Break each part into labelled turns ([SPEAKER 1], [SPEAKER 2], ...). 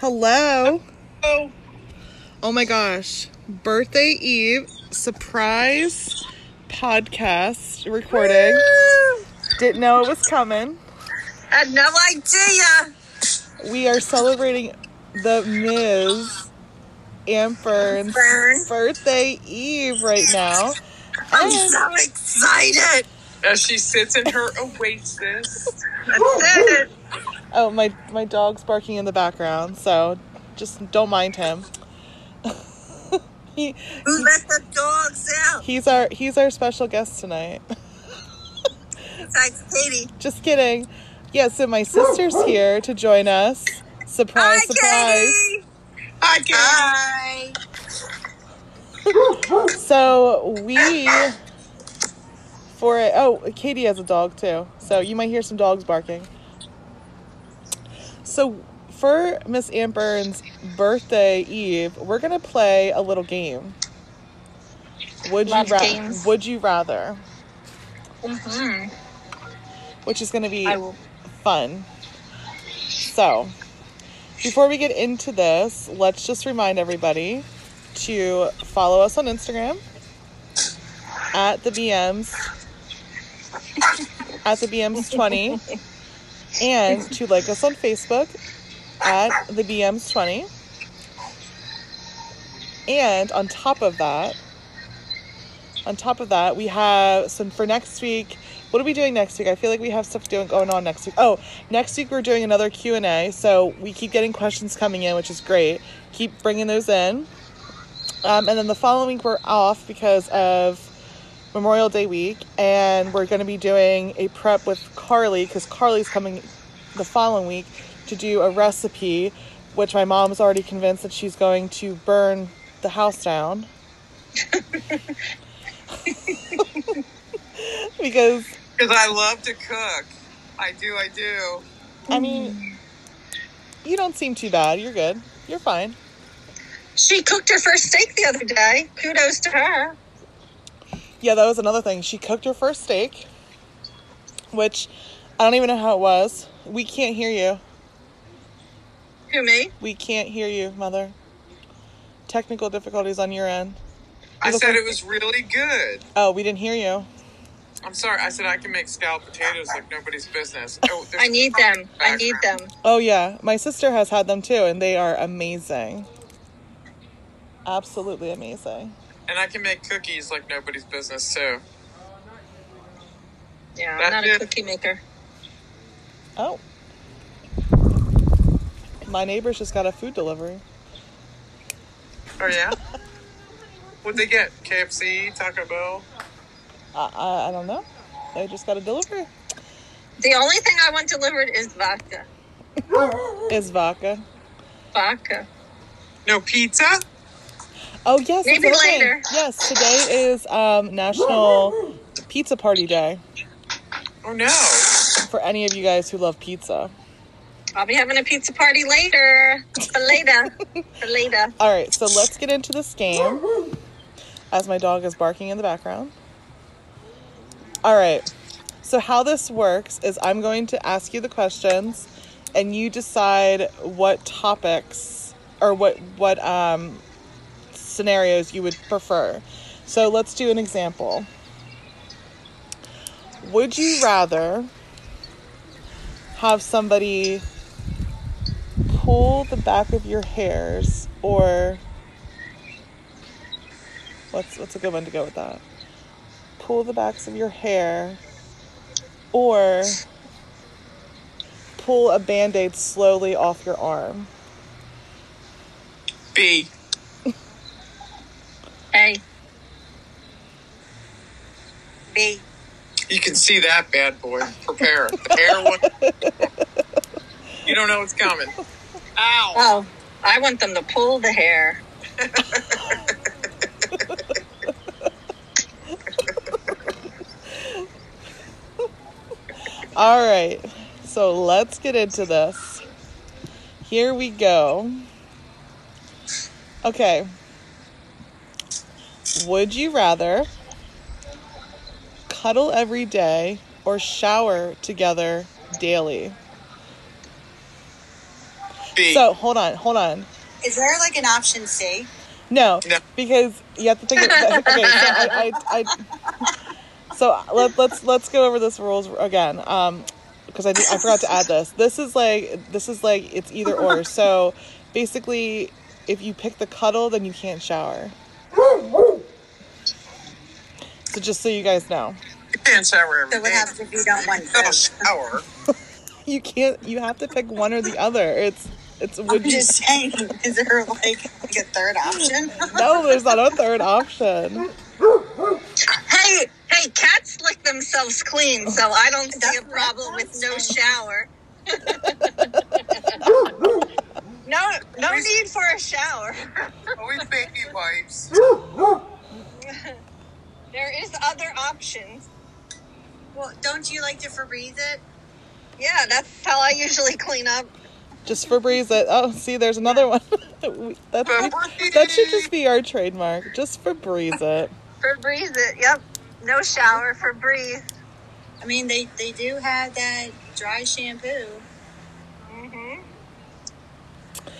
[SPEAKER 1] Hello.
[SPEAKER 2] Oh,
[SPEAKER 1] Oh my gosh. Birthday Eve surprise podcast recording. Didn't know it was coming.
[SPEAKER 2] had no idea.
[SPEAKER 1] We are celebrating the Ms. Amfern's
[SPEAKER 2] Amfern.
[SPEAKER 1] birthday Eve right now.
[SPEAKER 2] I'm
[SPEAKER 1] And-
[SPEAKER 2] so excited.
[SPEAKER 3] as she sits in her oasis.
[SPEAKER 2] That's it.
[SPEAKER 1] Oh, my my dog's barking in the background, so just don't mind him. he
[SPEAKER 2] Who let the dogs out?
[SPEAKER 1] he's our he's our special guest tonight.
[SPEAKER 2] Besides Katie.
[SPEAKER 1] Just kidding. Yeah, so my sister's here to join us. Surprise,
[SPEAKER 2] Hi,
[SPEAKER 1] surprise.
[SPEAKER 2] Katie.
[SPEAKER 3] I can
[SPEAKER 2] Hi.
[SPEAKER 1] So we for it. Oh, Katie has a dog too. So you might hear some dogs barking. So for Miss Amburn's birthday eve, we're gonna play a little game. Would
[SPEAKER 4] Love
[SPEAKER 1] you rather?
[SPEAKER 4] games.
[SPEAKER 1] Would you rather?
[SPEAKER 4] Mhm.
[SPEAKER 1] Which is gonna be
[SPEAKER 4] I will.
[SPEAKER 1] fun. So, before we get into this, let's just remind everybody to follow us on Instagram at the BMs at the BMs twenty, and to like us on Facebook at the BMs twenty. And on top of that, on top of that, we have some for next week. What are we doing next week? I feel like we have stuff doing going on next week. Oh, next week we're doing another Q and A. So we keep getting questions coming in, which is great. Keep bringing those in. Um, and then the following week we're off because of Memorial Day week, and we're going to be doing a prep with Carly because Carly's coming the following week to do a recipe, which my mom's already convinced that she's going to burn the house down. because
[SPEAKER 3] because I love to cook. I do, I do.
[SPEAKER 1] I mean, you don't seem too bad. You're good. You're fine.
[SPEAKER 4] She cooked her first steak the other day. Kudos to her.
[SPEAKER 1] Yeah, that was another thing. She cooked her first steak, which I don't even know how it was. We can't hear you.
[SPEAKER 4] Who me?
[SPEAKER 1] We can't hear you, mother. Technical difficulties on your end.
[SPEAKER 3] I
[SPEAKER 1] look
[SPEAKER 3] said
[SPEAKER 1] like-
[SPEAKER 3] it was really good.
[SPEAKER 1] Oh, we didn't hear you.
[SPEAKER 3] I'm sorry. I said I can make scalloped potatoes like nobody's business. Oh, there's-
[SPEAKER 4] I need them. I need them.
[SPEAKER 1] Oh yeah, my sister has had them too, and they are amazing. Absolutely amazing.
[SPEAKER 3] And I can make cookies like nobody's business too.
[SPEAKER 4] Yeah, I'm
[SPEAKER 3] That's
[SPEAKER 4] not
[SPEAKER 3] it.
[SPEAKER 4] a cookie maker.
[SPEAKER 1] Oh, my neighbor's just got a food delivery.
[SPEAKER 3] Oh yeah. What'd they get? KFC, Taco Bell.
[SPEAKER 1] I I, I don't know. They just got a delivery.
[SPEAKER 4] The only thing I want delivered is vodka.
[SPEAKER 1] Is vodka.
[SPEAKER 4] Vodka.
[SPEAKER 3] No pizza.
[SPEAKER 1] Oh yes, that's
[SPEAKER 4] Maybe
[SPEAKER 1] another thing.
[SPEAKER 4] later.
[SPEAKER 1] Yes, today is um, National Pizza Party Day
[SPEAKER 3] Oh no.
[SPEAKER 1] for any of you guys who love pizza.
[SPEAKER 4] I'll be having a pizza party later. For later. For later.
[SPEAKER 1] All right, so let's get into this game. As my dog is barking in the background. All right. So how this works is I'm going to ask you the questions, and you decide what topics or what what um, scenarios you would prefer. So let's do an example. Would you rather have somebody pull the back of your hairs or what's what's a good one to go with that? Pull the backs of your hair or pull a band-aid slowly off your arm.
[SPEAKER 3] B.
[SPEAKER 4] Hey. B.
[SPEAKER 3] You can see that bad boy. Prepare the hair one. You don't know what's coming. Ow.
[SPEAKER 4] Oh, I want them to pull the hair.
[SPEAKER 1] All right. So let's get into this. Here we go. Okay. Would you rather cuddle every day or shower together daily?
[SPEAKER 3] B.
[SPEAKER 1] So hold on, hold on.
[SPEAKER 5] Is there like an option C?
[SPEAKER 1] No,
[SPEAKER 3] No.
[SPEAKER 1] because you have to think. Of, okay, so I, I, I so let, let's let's go over this rules again. Um, because I, did- I forgot to add this. This is like this is like it's either or. So basically, if you pick the cuddle, then you can't shower. So just so you guys know,
[SPEAKER 3] you can't shower every
[SPEAKER 5] So what
[SPEAKER 3] day.
[SPEAKER 5] happens if you don't want
[SPEAKER 3] You don't
[SPEAKER 5] to?
[SPEAKER 3] shower.
[SPEAKER 1] you can't. You have to pick one or the other. It's it's
[SPEAKER 5] I'm
[SPEAKER 1] would you?
[SPEAKER 5] just saying, is there like, like a third option?
[SPEAKER 1] No, there's not a third option.
[SPEAKER 4] Hey, hey, cats lick themselves clean, so I don't see a problem with no shower.
[SPEAKER 5] No, no need for a shower.
[SPEAKER 3] Always baby wipes.
[SPEAKER 4] There is other options.
[SPEAKER 5] Well, don't you like to Febreze it?
[SPEAKER 4] Yeah, that's how I usually clean up.
[SPEAKER 1] Just Febreze it. Oh, see, there's another one. We- that's,
[SPEAKER 3] Febreze.
[SPEAKER 1] that should just be our trademark. Just Febreze it.
[SPEAKER 4] Febreze it. Yep. No shower for breeze.
[SPEAKER 5] I mean, they they do have that dry shampoo.
[SPEAKER 4] Mhm.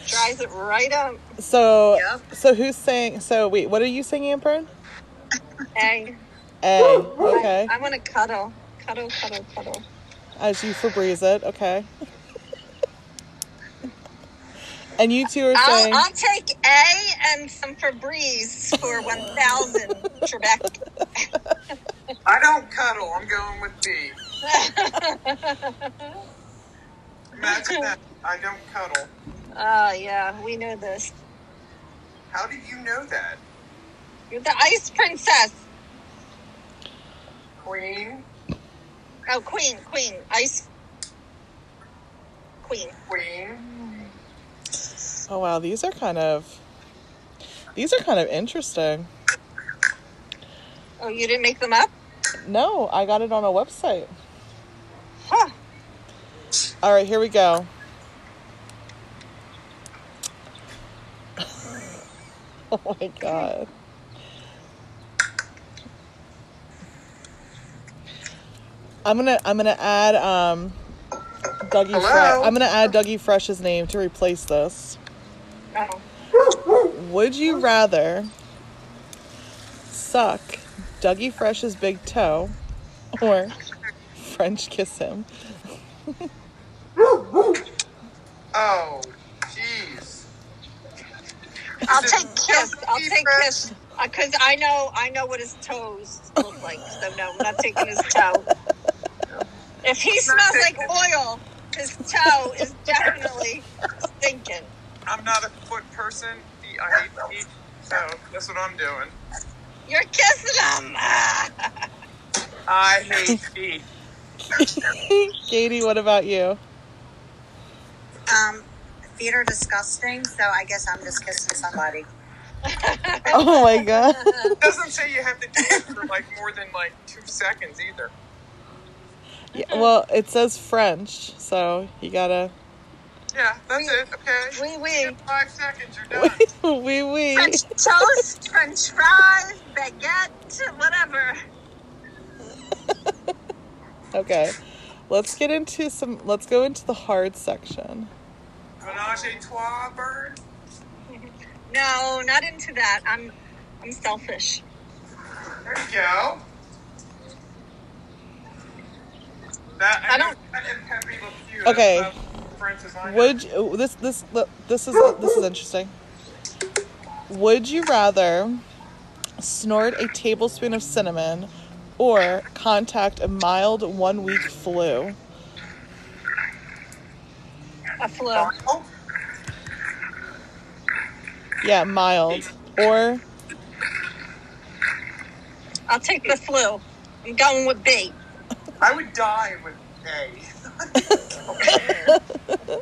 [SPEAKER 4] Dries it right up.
[SPEAKER 1] So,
[SPEAKER 4] Yep.
[SPEAKER 1] so who's saying? So wait, what are you saying, Amber?
[SPEAKER 4] Hey,
[SPEAKER 1] A. Okay.
[SPEAKER 4] I want to cuddle, cuddle, cuddle, cuddle.
[SPEAKER 1] As you Febreze it. Okay. And you two are
[SPEAKER 4] I'll,
[SPEAKER 1] saying.
[SPEAKER 4] I'll take A and some Febreze for one thousand, Trebek.
[SPEAKER 3] I don't cuddle. I'm going with B. Imagine that. I don't cuddle.
[SPEAKER 4] Oh yeah, we know this.
[SPEAKER 3] How did you know that,
[SPEAKER 4] You're the ice princess.
[SPEAKER 3] Queen?
[SPEAKER 4] Oh, queen, queen, ice queen.
[SPEAKER 3] Queen?
[SPEAKER 1] Oh wow, these are kind of. These are kind of interesting.
[SPEAKER 4] Oh, you didn't make them up?
[SPEAKER 1] No, I got it on a website.
[SPEAKER 4] Huh.
[SPEAKER 1] All right, here we go. oh my god. I'm gonna I'm gonna add um Dougie Fre-
[SPEAKER 3] Hello?
[SPEAKER 1] I'm gonna add Dougie Fresh's name to replace this.
[SPEAKER 4] Oh.
[SPEAKER 1] Would you rather suck Dougie Fresh's big toe or French kiss him?
[SPEAKER 3] Oh, jeez.
[SPEAKER 4] I'll
[SPEAKER 3] This is
[SPEAKER 4] take kiss.
[SPEAKER 3] so
[SPEAKER 4] I'll take
[SPEAKER 3] fresh.
[SPEAKER 4] kiss because I know I know what his toes look like. So no, I'm not taking his toe. If he smells like oil, his toe is definitely stinking.
[SPEAKER 3] I'm not a foot person. Feet- I hate feet, so that's what I'm doing.
[SPEAKER 4] You're kissing him. Ah.
[SPEAKER 3] I hate feet.
[SPEAKER 1] Katie, what about you?
[SPEAKER 5] Um, feet are disgusting, so I guess I'm just kissing somebody.
[SPEAKER 1] Oh my god.
[SPEAKER 3] It doesn't say you have to do it for like more than like two seconds either.
[SPEAKER 1] Yeah, well, it says French, so you gotta.
[SPEAKER 3] Yeah, that's it. Okay.
[SPEAKER 4] Wee wee.
[SPEAKER 3] Five seconds, you're done.
[SPEAKER 1] Wee wee.
[SPEAKER 4] French toast, French fries, baguette, whatever.
[SPEAKER 1] Okay. Let's get into some. Let's go into the hard section.
[SPEAKER 3] Menage a trois bird.
[SPEAKER 4] No, not into that. I'm I'm selfish.
[SPEAKER 3] There you go. That
[SPEAKER 4] I don't-
[SPEAKER 3] That and Pepe Le Pew.
[SPEAKER 1] Okay.
[SPEAKER 3] That's about French as I know.
[SPEAKER 1] Would you, oh, this this this is this is interesting. Would you rather snort a tablespoon of cinnamon or contact a mild one week flu?
[SPEAKER 4] A flu.
[SPEAKER 3] Oh,
[SPEAKER 1] Yeah, mild. Or
[SPEAKER 4] I'll take the flu. I'm going with B.
[SPEAKER 3] I would die with A.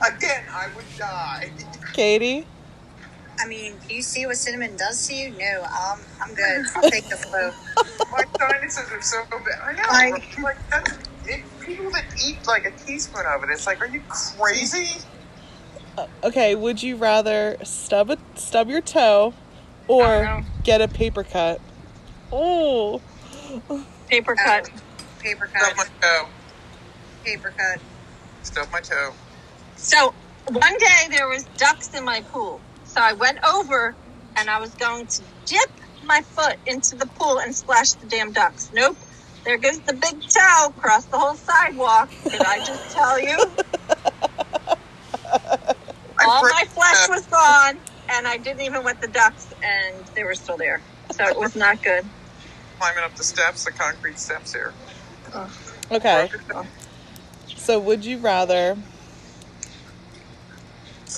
[SPEAKER 3] Again, I would die.
[SPEAKER 1] Katie?
[SPEAKER 5] I mean, do you see what cinnamon does to you? No, um, I'm good. I'll take the Um, flu.
[SPEAKER 3] My sinuses are so bad. I know.
[SPEAKER 5] Like-
[SPEAKER 3] like that's, it, people that eat like a teaspoon of it, it's like, are you crazy?
[SPEAKER 1] Okay, would you rather stub a, stub your toe
[SPEAKER 4] Oh,
[SPEAKER 1] or
[SPEAKER 4] no.
[SPEAKER 1] get a paper cut? Oh,
[SPEAKER 4] Paper cut.
[SPEAKER 5] Paper
[SPEAKER 3] Stub my
[SPEAKER 5] cut.
[SPEAKER 3] toe.
[SPEAKER 5] Paper cut.
[SPEAKER 3] Stub my toe.
[SPEAKER 4] So one day there was ducks in my pool so i went over and i was going to dip my foot into the pool and splash the damn ducks nope there goes the big towel across the whole sidewalk did i just tell you all my flesh was gone and i didn't even wet the ducks and they were still there so it was not good
[SPEAKER 3] climbing up the steps, the concrete steps here.
[SPEAKER 1] Okay. So would you rather?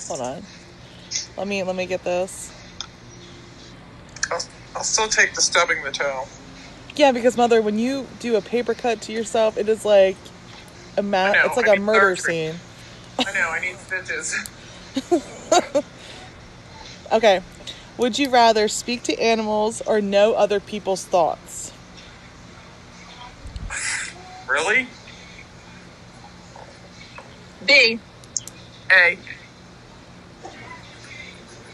[SPEAKER 1] Hold on. Let me let me get this.
[SPEAKER 3] I'll, I'll still take the stubbing the toe.
[SPEAKER 1] Yeah, because mother, when you do a paper cut to yourself, it is like a ma-
[SPEAKER 3] I know,
[SPEAKER 1] It's like
[SPEAKER 3] I
[SPEAKER 1] a
[SPEAKER 3] mean,
[SPEAKER 1] murder
[SPEAKER 3] surgery.
[SPEAKER 1] scene.
[SPEAKER 3] I know, I need stitches.
[SPEAKER 1] Okay. Would you rather speak to animals or know other people's thoughts?
[SPEAKER 3] Really?
[SPEAKER 4] b
[SPEAKER 3] Hey.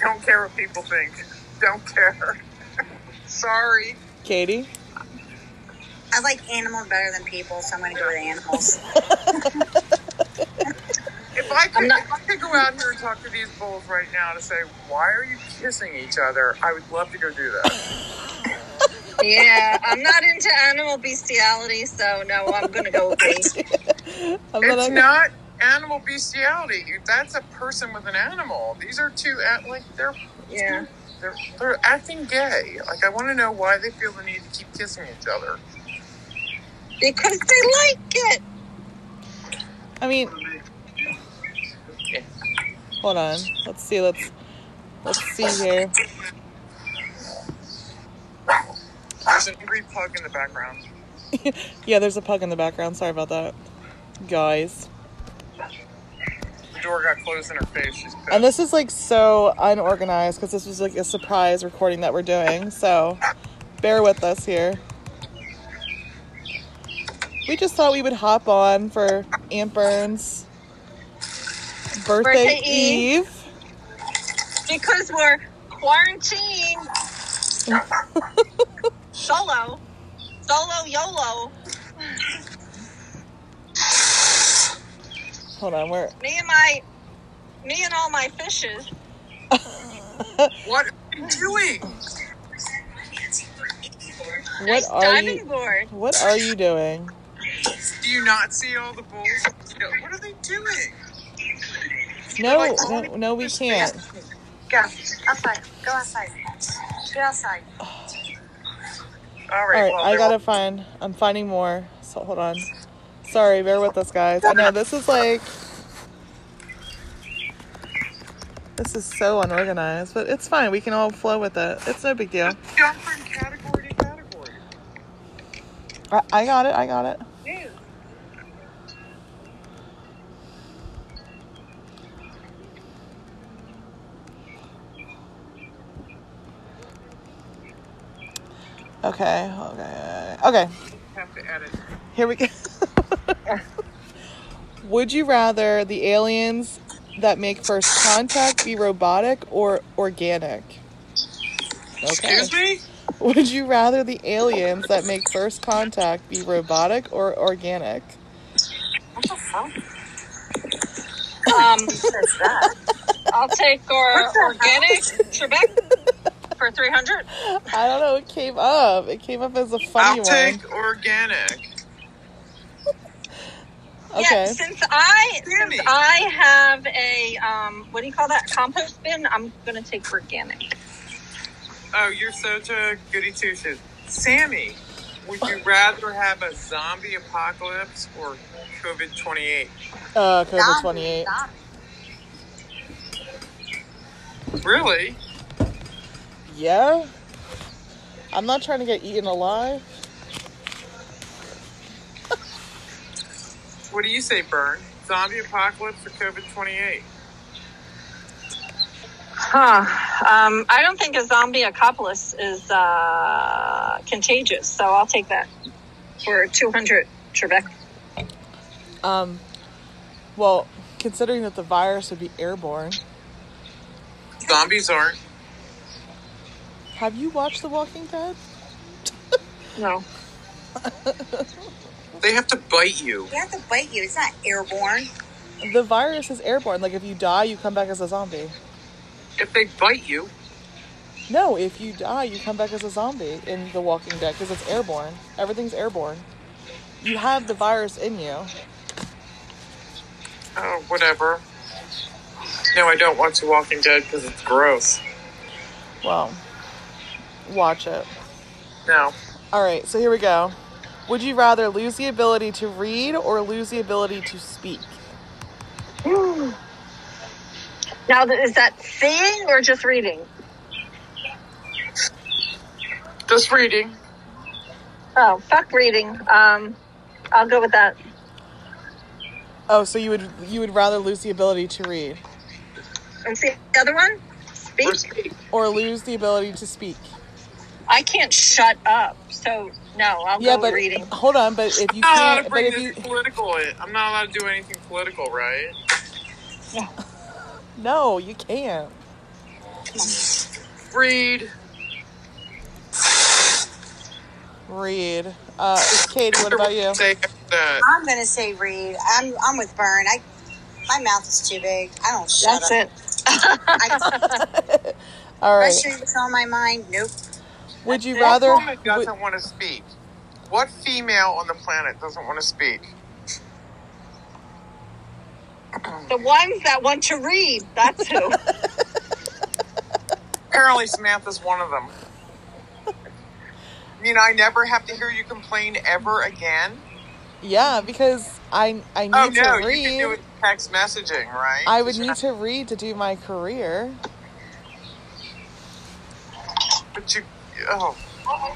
[SPEAKER 3] Don't care what people think. Don't care. Sorry.
[SPEAKER 1] Katie?
[SPEAKER 5] I like animals better than people, so I'm gonna go with animals.
[SPEAKER 3] If I could,
[SPEAKER 4] I'm not-
[SPEAKER 3] if I could go out here and talk to these bulls right now to say, why are you kissing each other? I would love to go do that.
[SPEAKER 4] yeah i'm not into animal bestiality so no i'm gonna go with b
[SPEAKER 1] I'm
[SPEAKER 3] it's not animal bestiality. That's a person with an animal. These are two, at, like, they're,
[SPEAKER 4] yeah
[SPEAKER 3] they're, they're acting gay. Like, I want to know why they feel the need to keep kissing each other.
[SPEAKER 4] because they like it
[SPEAKER 1] I mean, hold on. Let's see. Let's let's see here.
[SPEAKER 3] There's an angry pug in the background.
[SPEAKER 1] Yeah, there's a pug in the background. Sorry about that, guys.
[SPEAKER 3] The door got closed in her face. She's pissed.
[SPEAKER 1] And this is like so unorganized because this was like a surprise recording that we're doing. So bear with us here. We just thought we would hop on for Aunt Burns' birthday,
[SPEAKER 4] Birthday Eve.
[SPEAKER 1] Eve.
[SPEAKER 4] because we're quarantined. solo, solo, YOLO.
[SPEAKER 1] Hold on, we're
[SPEAKER 4] Me and my, me and all my fishes.
[SPEAKER 3] What are you doing?
[SPEAKER 1] what
[SPEAKER 4] nice
[SPEAKER 1] are
[SPEAKER 4] diving
[SPEAKER 1] you?
[SPEAKER 4] board.
[SPEAKER 1] What are you doing?
[SPEAKER 3] Do you not see all the bulls? You know, What are they doing?
[SPEAKER 1] No, no, no, we can't.
[SPEAKER 5] go outside. Go outside. Go outside.
[SPEAKER 3] All
[SPEAKER 1] All
[SPEAKER 3] right,
[SPEAKER 1] right,
[SPEAKER 3] well,
[SPEAKER 1] I
[SPEAKER 3] they're
[SPEAKER 1] gotta find. I'm finding more. So hold on. Sorry, bear with us, guys. I know this is like. This is so unorganized, but it's fine. We can all flow with it. It's no big deal.
[SPEAKER 3] all jump from category to category.
[SPEAKER 1] I, I got it. I got it. Okay. Okay. Okay.
[SPEAKER 3] Have to edit.
[SPEAKER 1] Here we go. Would you rather the aliens that make first contact be robotic or organic? Okay.
[SPEAKER 3] Excuse me?
[SPEAKER 1] Would you rather the aliens that make first contact be robotic or organic?
[SPEAKER 4] Um, I'll take our organic Trebek for three hundred.
[SPEAKER 1] I don't know. It came up. It came up as a funny one.
[SPEAKER 3] I'll take organic.
[SPEAKER 4] Yeah,
[SPEAKER 1] Okay.
[SPEAKER 4] since I
[SPEAKER 3] Sammy.
[SPEAKER 4] since I have a um, what do you call that compost bin? I'm gonna take organic.
[SPEAKER 3] Oh, you're such a goody two shoes. Sammy, would you rather have a zombie apocalypse or COVID 28?
[SPEAKER 1] Uh, COVID twenty eight.
[SPEAKER 3] Really?
[SPEAKER 1] Yeah. I'm not trying to get eaten alive.
[SPEAKER 3] What do you say, Bern? Zombie apocalypse or COVID 28?
[SPEAKER 4] Huh. Um, I don't think a zombie acopolis is uh, contagious, so I'll take that for 200 Trebek.
[SPEAKER 1] Um. Well, considering that the virus would be airborne,
[SPEAKER 3] Zombies aren't.
[SPEAKER 1] have you watched The Walking Dead?
[SPEAKER 4] No.
[SPEAKER 3] They have to bite you.
[SPEAKER 5] They have to bite you. It's not airborne.
[SPEAKER 1] the virus is airborne. Like if you die, you come back as a zombie.
[SPEAKER 3] If they bite you,
[SPEAKER 1] No, if you die, you come back as a zombie in The Walking Dead because it's airborne. Everything's airborne. You have the virus in you.
[SPEAKER 3] oh, whatever. No, I don't watch The Walking Dead because it's gross.
[SPEAKER 1] Well, watch it.
[SPEAKER 3] No.
[SPEAKER 1] All right, so here we go. Would you rather lose the ability to read or lose the ability to speak?
[SPEAKER 4] Now, th- is that seeing or just reading?
[SPEAKER 3] Just reading.
[SPEAKER 4] Oh, fuck reading. Um, I'll go with that.
[SPEAKER 1] Oh, so you would you would rather lose the ability to read
[SPEAKER 4] And see the other one? Speak.
[SPEAKER 3] Or speak.
[SPEAKER 1] or lose the ability to speak?
[SPEAKER 4] I can't shut up, so no, I'll
[SPEAKER 1] yeah,
[SPEAKER 4] go
[SPEAKER 1] but
[SPEAKER 4] reading.
[SPEAKER 1] hold on, but if you
[SPEAKER 3] I'm not allowed
[SPEAKER 1] can't,
[SPEAKER 3] to
[SPEAKER 1] but
[SPEAKER 3] bring
[SPEAKER 1] if
[SPEAKER 3] this
[SPEAKER 1] you
[SPEAKER 3] political. in. I'm not allowed to do anything political, right?
[SPEAKER 1] no, you can't.
[SPEAKER 3] Read.
[SPEAKER 1] Read, uh, Kate. What about you?
[SPEAKER 3] Say that.
[SPEAKER 5] I'm gonna say read. I'm I'm with Burn. I my mouth is too big. I don't shut
[SPEAKER 4] That's
[SPEAKER 5] up.
[SPEAKER 4] it.
[SPEAKER 5] I,
[SPEAKER 1] All right.
[SPEAKER 5] pressure is on my mind. Nope.
[SPEAKER 1] Would you
[SPEAKER 3] What
[SPEAKER 1] rather?
[SPEAKER 3] woman
[SPEAKER 1] would-
[SPEAKER 3] doesn't want to speak? What female on the planet doesn't want to speak?
[SPEAKER 4] The ones that want to read, that's who.
[SPEAKER 3] Apparently, Samantha's one of them. I mean, I never have to hear you complain ever again.
[SPEAKER 1] Yeah, because I I need
[SPEAKER 3] Oh no,
[SPEAKER 1] to
[SPEAKER 3] you can do it
[SPEAKER 1] read.
[SPEAKER 3] in text messaging, right?
[SPEAKER 1] I would need to read to do my career.
[SPEAKER 3] But you, oh,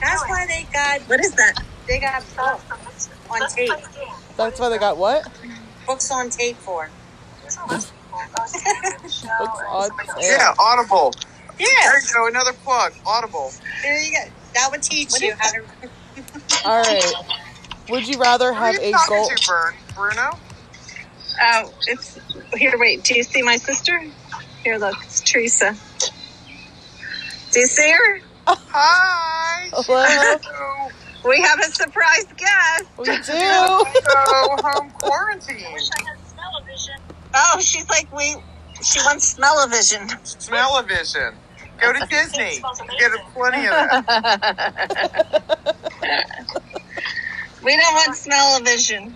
[SPEAKER 5] That's why they got
[SPEAKER 4] what is that?
[SPEAKER 5] they got books on tape.
[SPEAKER 1] That's why they got what
[SPEAKER 5] Books on tape for.
[SPEAKER 1] books on
[SPEAKER 3] yeah.
[SPEAKER 1] sale.
[SPEAKER 3] Audible. There
[SPEAKER 5] Yeah.
[SPEAKER 3] you go, another plug. Audible.
[SPEAKER 5] There you go. That would teach you how to.
[SPEAKER 1] All right. Would you rather
[SPEAKER 3] Who are
[SPEAKER 1] have
[SPEAKER 3] you
[SPEAKER 1] a
[SPEAKER 3] talking
[SPEAKER 1] gold?
[SPEAKER 3] to, Bern? Bruno?
[SPEAKER 4] Oh, it's here. Wait, do you see my sister? Here, look, it's Teresa. Do you see her?
[SPEAKER 3] Hi.
[SPEAKER 4] Oh.
[SPEAKER 1] Hello?
[SPEAKER 3] Hello.
[SPEAKER 4] We have a surprise guest.
[SPEAKER 1] We do.
[SPEAKER 3] Hello, home um, quarantine.
[SPEAKER 4] Oh, she's like we. She wants smell-o-vision.
[SPEAKER 3] Smell-o-vision. Go to Disney. Get a plenty of that.
[SPEAKER 4] We don't want smell-o-vision.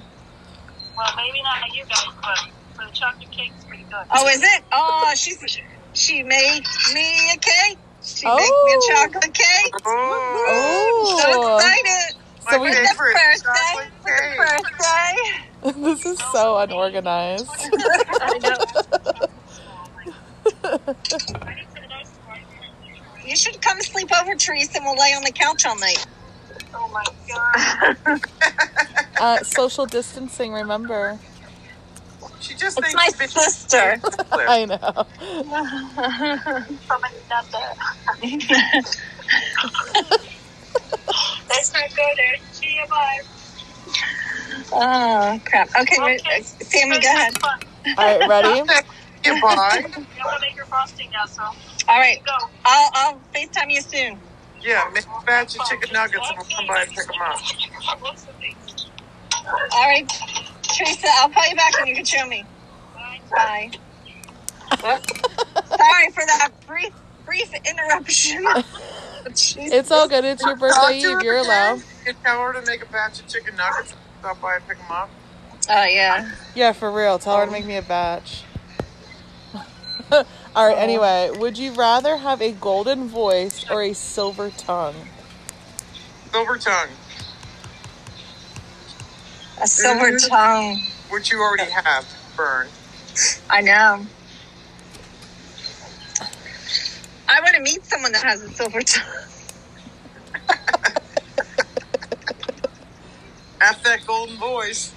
[SPEAKER 6] Well, maybe not you guys, but for the chocolate cake's pretty good.
[SPEAKER 4] Oh, is it? Oh, she's she made me a cake. She
[SPEAKER 1] Oh.
[SPEAKER 4] made me a chocolate cake. I'm
[SPEAKER 3] Oh,
[SPEAKER 4] so
[SPEAKER 1] Oh,
[SPEAKER 4] excited!
[SPEAKER 3] my
[SPEAKER 1] so we,
[SPEAKER 4] It's a
[SPEAKER 3] favorite
[SPEAKER 4] birthday.
[SPEAKER 3] chocolate
[SPEAKER 4] It's a
[SPEAKER 3] cake.
[SPEAKER 4] birthday.
[SPEAKER 1] this is so unorganized.
[SPEAKER 6] I know.
[SPEAKER 4] You should come sleep over, Teresa, and we'll lay on the couch all night.
[SPEAKER 6] Oh my god.
[SPEAKER 1] Uh, social distancing. Remember.
[SPEAKER 3] She just
[SPEAKER 4] It's
[SPEAKER 3] thinks
[SPEAKER 4] my
[SPEAKER 3] bitch
[SPEAKER 4] sister.
[SPEAKER 3] is clear.
[SPEAKER 1] I know.
[SPEAKER 6] From another. Let's not go there. See you, bye.
[SPEAKER 4] Oh crap! Okay,
[SPEAKER 6] Okay.
[SPEAKER 4] uh, Sammy, go ahead.
[SPEAKER 6] Fun.
[SPEAKER 1] All right, ready?
[SPEAKER 3] Goodbye.
[SPEAKER 6] You want to make your frosting now, so
[SPEAKER 4] All right,
[SPEAKER 6] go.
[SPEAKER 4] I'll I'll Facetime you soon.
[SPEAKER 3] Yeah, make a batch of chicken nuggets and we'll come by and pick them up.
[SPEAKER 6] What's the thing?
[SPEAKER 4] All right, Teresa, I'll call you back and you can show me.
[SPEAKER 6] Bye.
[SPEAKER 4] Bye. Sorry for that brief brief interruption. Oh, Jeez.
[SPEAKER 1] It's all good. It's your birthday eve. You're allowed.
[SPEAKER 3] You tell her to make a batch of chicken nuggets and stop by and pick them up.
[SPEAKER 4] Oh yeah.
[SPEAKER 1] Yeah, for real. Tell her to make me a batch. All
[SPEAKER 3] Oh.
[SPEAKER 1] right. Anyway, would you rather have a golden voice or a silver tongue?
[SPEAKER 3] Silver tongue,
[SPEAKER 4] A silver tongue.
[SPEAKER 3] which you already have, Burn.
[SPEAKER 4] I know. I want to meet someone that has a silver tongue.
[SPEAKER 3] F that golden voice.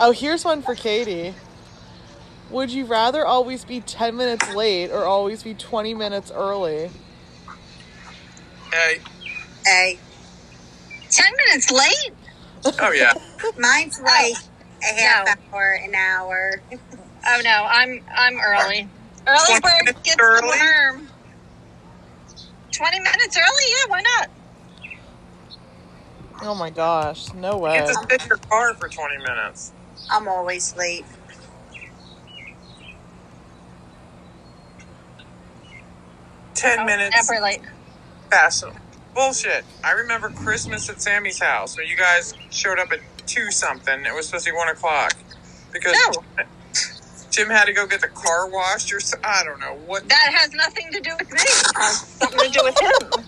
[SPEAKER 1] Oh, here's one for Katie. Would you rather always be 10 minutes late or always be 20 minutes early?
[SPEAKER 3] Hey.
[SPEAKER 5] Hey,
[SPEAKER 4] Ten minutes late?
[SPEAKER 3] Oh, yeah.
[SPEAKER 5] mine's like a half
[SPEAKER 4] Oh. No.
[SPEAKER 5] hour, an hour.
[SPEAKER 4] Oh no, I'm I'm early. Early bird gets
[SPEAKER 3] Early?
[SPEAKER 4] the worm. Twenty minutes early? Yeah, why not?
[SPEAKER 1] Oh my gosh, no
[SPEAKER 3] You
[SPEAKER 1] way.
[SPEAKER 4] Uh.
[SPEAKER 3] just sit in your car for 20 minutes.
[SPEAKER 5] I'm always late.
[SPEAKER 3] Ten
[SPEAKER 4] I'm
[SPEAKER 3] minutes
[SPEAKER 4] Never late.
[SPEAKER 3] faster. Bullshit. I remember Christmas at Sammy's house when you guys showed up at two something. It was supposed to be one o'clock because Jim had to go get the car washed or so, I don't know what.
[SPEAKER 4] That has nothing to do with me. It has something to do with him.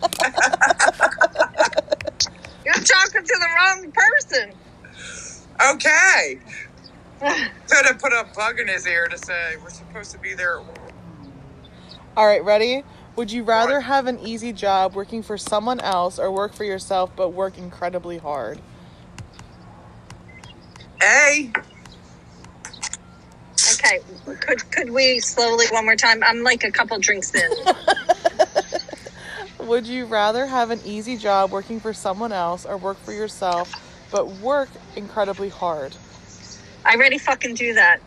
[SPEAKER 4] You're talking to the wrong person.
[SPEAKER 3] Okay. Could have put a bug in his ear to say we're supposed to be there.
[SPEAKER 1] All right, ready? Would you rather
[SPEAKER 3] Right.
[SPEAKER 1] have an easy job working for someone else or work for yourself but work incredibly hard?
[SPEAKER 3] A.
[SPEAKER 4] Okay, could could we slowly one more time? I'm like a couple drinks in.
[SPEAKER 1] Would you rather have an easy job working for someone else or work for yourself but work incredibly hard?
[SPEAKER 4] I already fucking do that.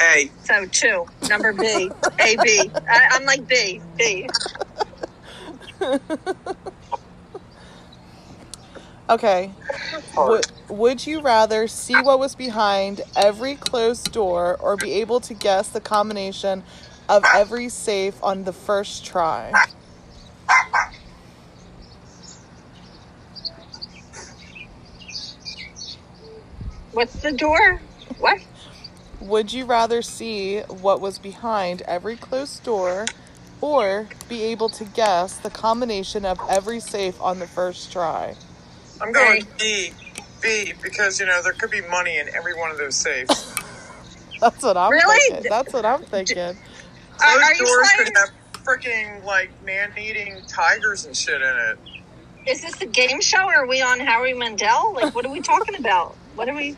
[SPEAKER 3] A.
[SPEAKER 4] So two, number B, A B. I, I'm like B, B.
[SPEAKER 1] Okay. Would, would you rather see what was behind every closed door or be able to guess the combination of every safe on the first try?
[SPEAKER 4] What's the door? What?
[SPEAKER 1] Would you rather see what was behind every closed door or be able to guess the combination of every safe on the first try?
[SPEAKER 3] I'm going B. B because you know there could be money in every one of those safes.
[SPEAKER 1] That's what I'm
[SPEAKER 4] Really?
[SPEAKER 1] thinking. That's what I'm thinking.
[SPEAKER 4] Are,
[SPEAKER 3] Those
[SPEAKER 4] are you
[SPEAKER 3] doors
[SPEAKER 4] playing?
[SPEAKER 3] could have freaking like man-eating tigers and shit in it.
[SPEAKER 4] Is this a game show? Or are we on Howie Mandel? Like, what are we talking about? What are we?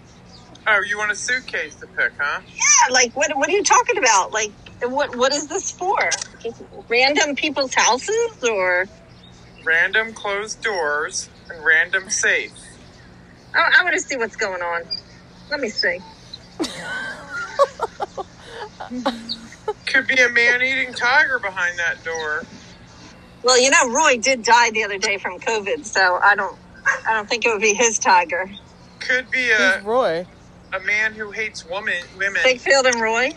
[SPEAKER 3] Oh, you want a suitcase to pick, huh?
[SPEAKER 4] Yeah, like what? What are you talking about? Like, what? What is this for? Just random people's houses, or?
[SPEAKER 3] Random closed doors and random safe.
[SPEAKER 4] I, I want to see what's going on. Let me see.
[SPEAKER 3] Could be a man-eating tiger behind that door.
[SPEAKER 4] Well, you know, Roy did die the other day from COVID, so I don't. I don't think it would be his tiger.
[SPEAKER 3] Could be
[SPEAKER 1] Who's
[SPEAKER 3] a,
[SPEAKER 1] Roy?
[SPEAKER 3] a man who hates woman women.
[SPEAKER 4] Bigfield and Roy.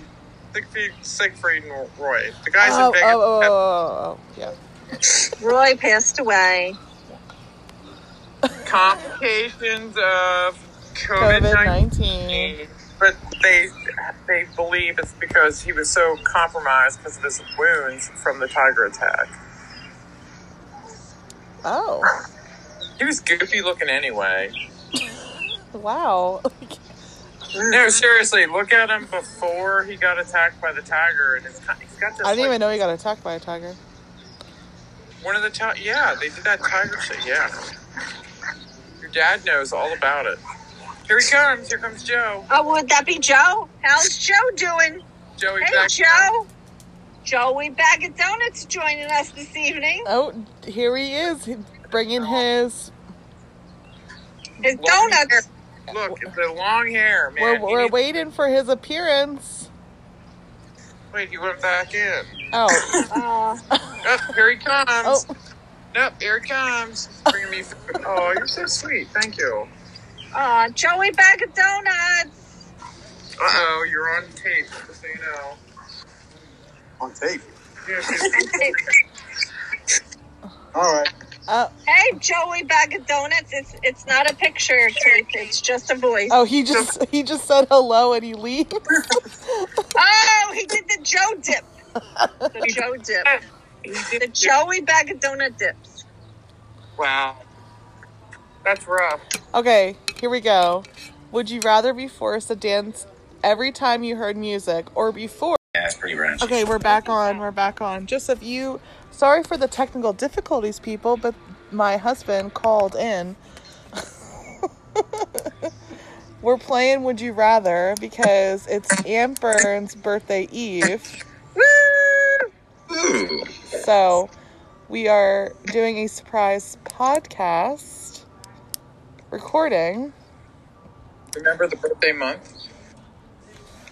[SPEAKER 3] Siegfried, Siegfried and Roy. The guys
[SPEAKER 1] Oh,
[SPEAKER 3] in
[SPEAKER 1] oh,
[SPEAKER 3] Vegas.
[SPEAKER 1] oh, oh, oh, oh, yeah.
[SPEAKER 4] Roy passed away.
[SPEAKER 3] complications of COVID
[SPEAKER 1] COVID
[SPEAKER 3] nineteen.
[SPEAKER 1] 19.
[SPEAKER 3] But they they believe it's because he was so compromised because of his wounds from the tiger attack.
[SPEAKER 1] Oh,
[SPEAKER 3] He was goofy looking anyway.
[SPEAKER 1] wow.
[SPEAKER 3] No, seriously, look at him before he got attacked by the tiger, and it's kind he's got this.
[SPEAKER 1] I didn't
[SPEAKER 3] like,
[SPEAKER 1] even know he got attacked by a tiger.
[SPEAKER 3] One of the ti- yeah, they did that tiger shit. Yeah, your dad knows all about it. Here he comes. Here comes Joe.
[SPEAKER 4] Oh, would that be Joe? How's Joe doing?
[SPEAKER 3] Joey.
[SPEAKER 4] Hey,
[SPEAKER 3] back-
[SPEAKER 4] Joe. Joey Bag of Donuts joining us this evening.
[SPEAKER 1] Oh, here he is he- bringing his.
[SPEAKER 4] His
[SPEAKER 3] Well,
[SPEAKER 4] donuts.
[SPEAKER 3] Look, the long hair, man.
[SPEAKER 1] We're,
[SPEAKER 3] He
[SPEAKER 1] we're
[SPEAKER 3] needs-
[SPEAKER 1] waiting for his appearance.
[SPEAKER 3] Wait, he went back in.
[SPEAKER 1] Oh,
[SPEAKER 4] Uh,
[SPEAKER 3] Oh, here he comes.
[SPEAKER 1] oh,
[SPEAKER 3] Nope, here he comes. Bringing me food. Oh, you're so sweet. Thank you.
[SPEAKER 4] uh, Joey Bag of Donuts.
[SPEAKER 3] Uh oh, you're on tape, just so you know.
[SPEAKER 7] on tape.
[SPEAKER 3] Yeah, she's-
[SPEAKER 7] All right.
[SPEAKER 1] oh,
[SPEAKER 4] Hey, Joey Bag of Donuts. It's it's not a picture, Keith. It's just a voice.
[SPEAKER 1] oh, he just he just said hello and he leaves.
[SPEAKER 4] Oh, he did the Joe dip. The Joe dip. The Joey Bag of Donut dips.
[SPEAKER 3] wow. That's rough.
[SPEAKER 1] Okay, here we go. Would you rather be forced to dance every time you heard music or before?
[SPEAKER 7] Yeah, it's pretty random.
[SPEAKER 1] Okay, we're back on. We're back on. Just if you, sorry for the technical difficulties, people, but my husband called in. we're playing Would You Rather because it's Ann Burns' birthday eve.
[SPEAKER 7] Ooh.
[SPEAKER 1] So we are doing a surprise podcast recording.
[SPEAKER 3] Remember the birthday month?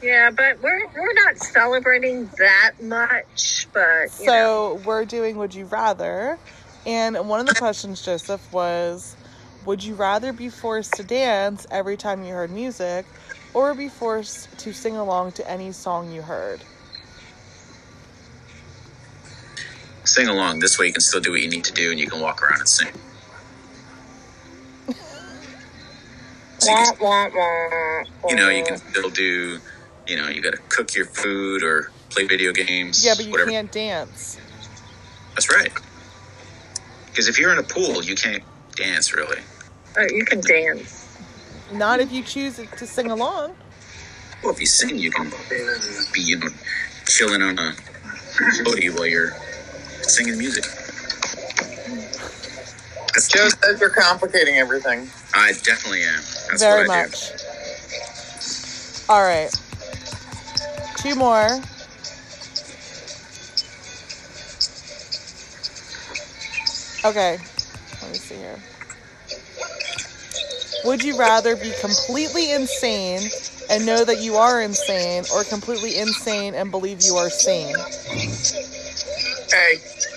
[SPEAKER 4] Yeah, but we're we're not celebrating that much. But you know.
[SPEAKER 1] So we're doing Would You Rather. And one of the questions, Joseph, was Would you rather be forced to dance every time you heard music or be forced to sing along to any song you heard.
[SPEAKER 8] Sing along. This way you can still do what you need to do and you can walk around and sing. So you, can, you know, you can still do, you know, you gotta cook your food or play video games.
[SPEAKER 1] Yeah, but you
[SPEAKER 8] whatever.
[SPEAKER 1] can't dance.
[SPEAKER 8] That's right. Because if you're in a pool, you can't dance really.
[SPEAKER 4] Or Oh, you can dance.
[SPEAKER 1] Not if you choose to sing along.
[SPEAKER 8] Well, if you sing, you can be, you know, chilling on a floaty while you're singing music. That's
[SPEAKER 3] Joe says you're complicating everything.
[SPEAKER 8] I definitely am. That's
[SPEAKER 1] Very
[SPEAKER 8] what I
[SPEAKER 1] much. All right. Two more. Okay. Let me see here. Would you rather be completely insane and know that you are insane or completely insane and believe you are sane?
[SPEAKER 3] Hey,
[SPEAKER 8] do.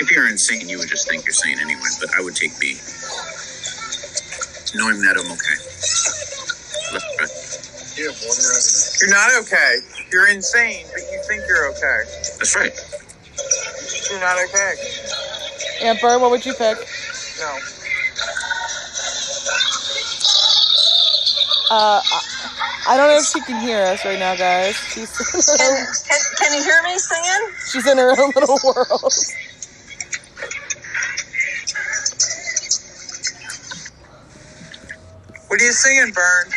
[SPEAKER 8] If you're insane, you would just think you're sane anyway, but I would take B. Knowing that I'm okay. Left, right.
[SPEAKER 7] Yeah, water.
[SPEAKER 3] you're not okay. You're insane, but you think you're okay.
[SPEAKER 8] That's right.
[SPEAKER 3] You're not okay.
[SPEAKER 1] Amber, what would you pick?
[SPEAKER 3] No.
[SPEAKER 1] Uh, I, I don't know if she can hear us right now, guys. She's in her
[SPEAKER 4] Can,
[SPEAKER 1] own,
[SPEAKER 4] can, can you hear me singing?
[SPEAKER 1] she's in her own little world.
[SPEAKER 3] What are you singing, Burn?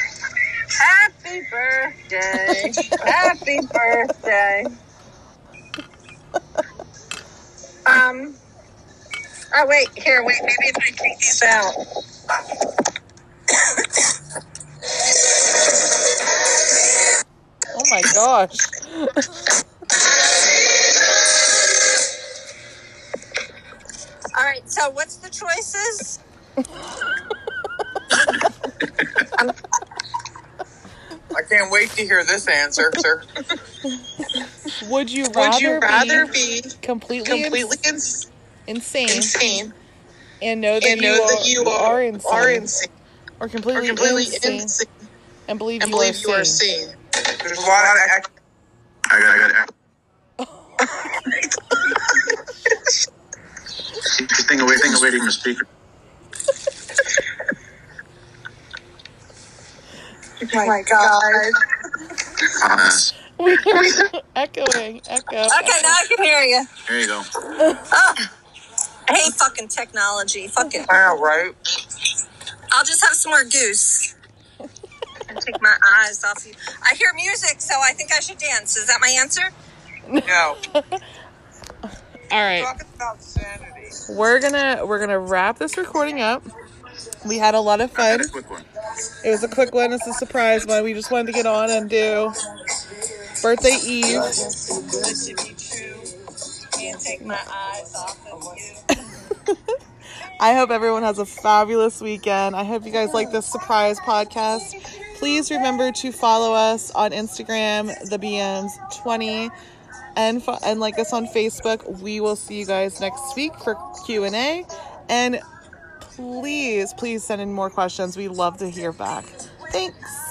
[SPEAKER 4] Happy birthday. Happy birthday. Um. Oh, wait. Here, wait. Maybe if I take these out.
[SPEAKER 1] Oh my gosh.
[SPEAKER 4] All right. So, what's the choices?
[SPEAKER 3] I can't wait to hear this answer, sir.
[SPEAKER 1] Would you rather,
[SPEAKER 3] Would you rather
[SPEAKER 1] be
[SPEAKER 3] be
[SPEAKER 1] completely,
[SPEAKER 3] completely ins-
[SPEAKER 1] insane
[SPEAKER 3] insane
[SPEAKER 1] and know that,
[SPEAKER 3] and know
[SPEAKER 1] you, are,
[SPEAKER 3] that you are, are
[SPEAKER 1] insane,
[SPEAKER 3] insane,
[SPEAKER 1] or
[SPEAKER 3] or
[SPEAKER 1] completely,
[SPEAKER 3] completely
[SPEAKER 1] insane,
[SPEAKER 3] insane,
[SPEAKER 1] and believe,
[SPEAKER 3] and
[SPEAKER 1] you,
[SPEAKER 3] believe
[SPEAKER 1] are
[SPEAKER 3] you are
[SPEAKER 1] sane?
[SPEAKER 3] sane? There's a lot of act-
[SPEAKER 8] I got, I got, I Keep this thing away, thing away from the speaker.
[SPEAKER 2] Oh my God.
[SPEAKER 8] Uh,
[SPEAKER 1] We are echoing, echo.
[SPEAKER 4] Okay, now I can hear you.
[SPEAKER 8] there you go.
[SPEAKER 4] Oh, I hate fucking technology. Fuck it.
[SPEAKER 3] Wow, right?
[SPEAKER 4] I'll just have some more goose and take my eyes off you. I hear music, so I think I should dance. Is that my answer?
[SPEAKER 3] No.
[SPEAKER 1] All right.
[SPEAKER 3] Talking about sanity.
[SPEAKER 1] we're gonna we're gonna wrap this recording up we had a lot of
[SPEAKER 8] I
[SPEAKER 1] fun
[SPEAKER 8] got a quick one.
[SPEAKER 1] it was a quick one it's a surprise one we just wanted to get on and do birthday eve
[SPEAKER 4] That should be true. Can't take my eyes off of you.
[SPEAKER 1] i hope everyone has a fabulous weekend i hope you guys like this surprise podcast please remember to follow us on instagram the bms 20 and fo- and like us on facebook we will see you guys next week for q&a and please please send in more questions we love to hear back thanks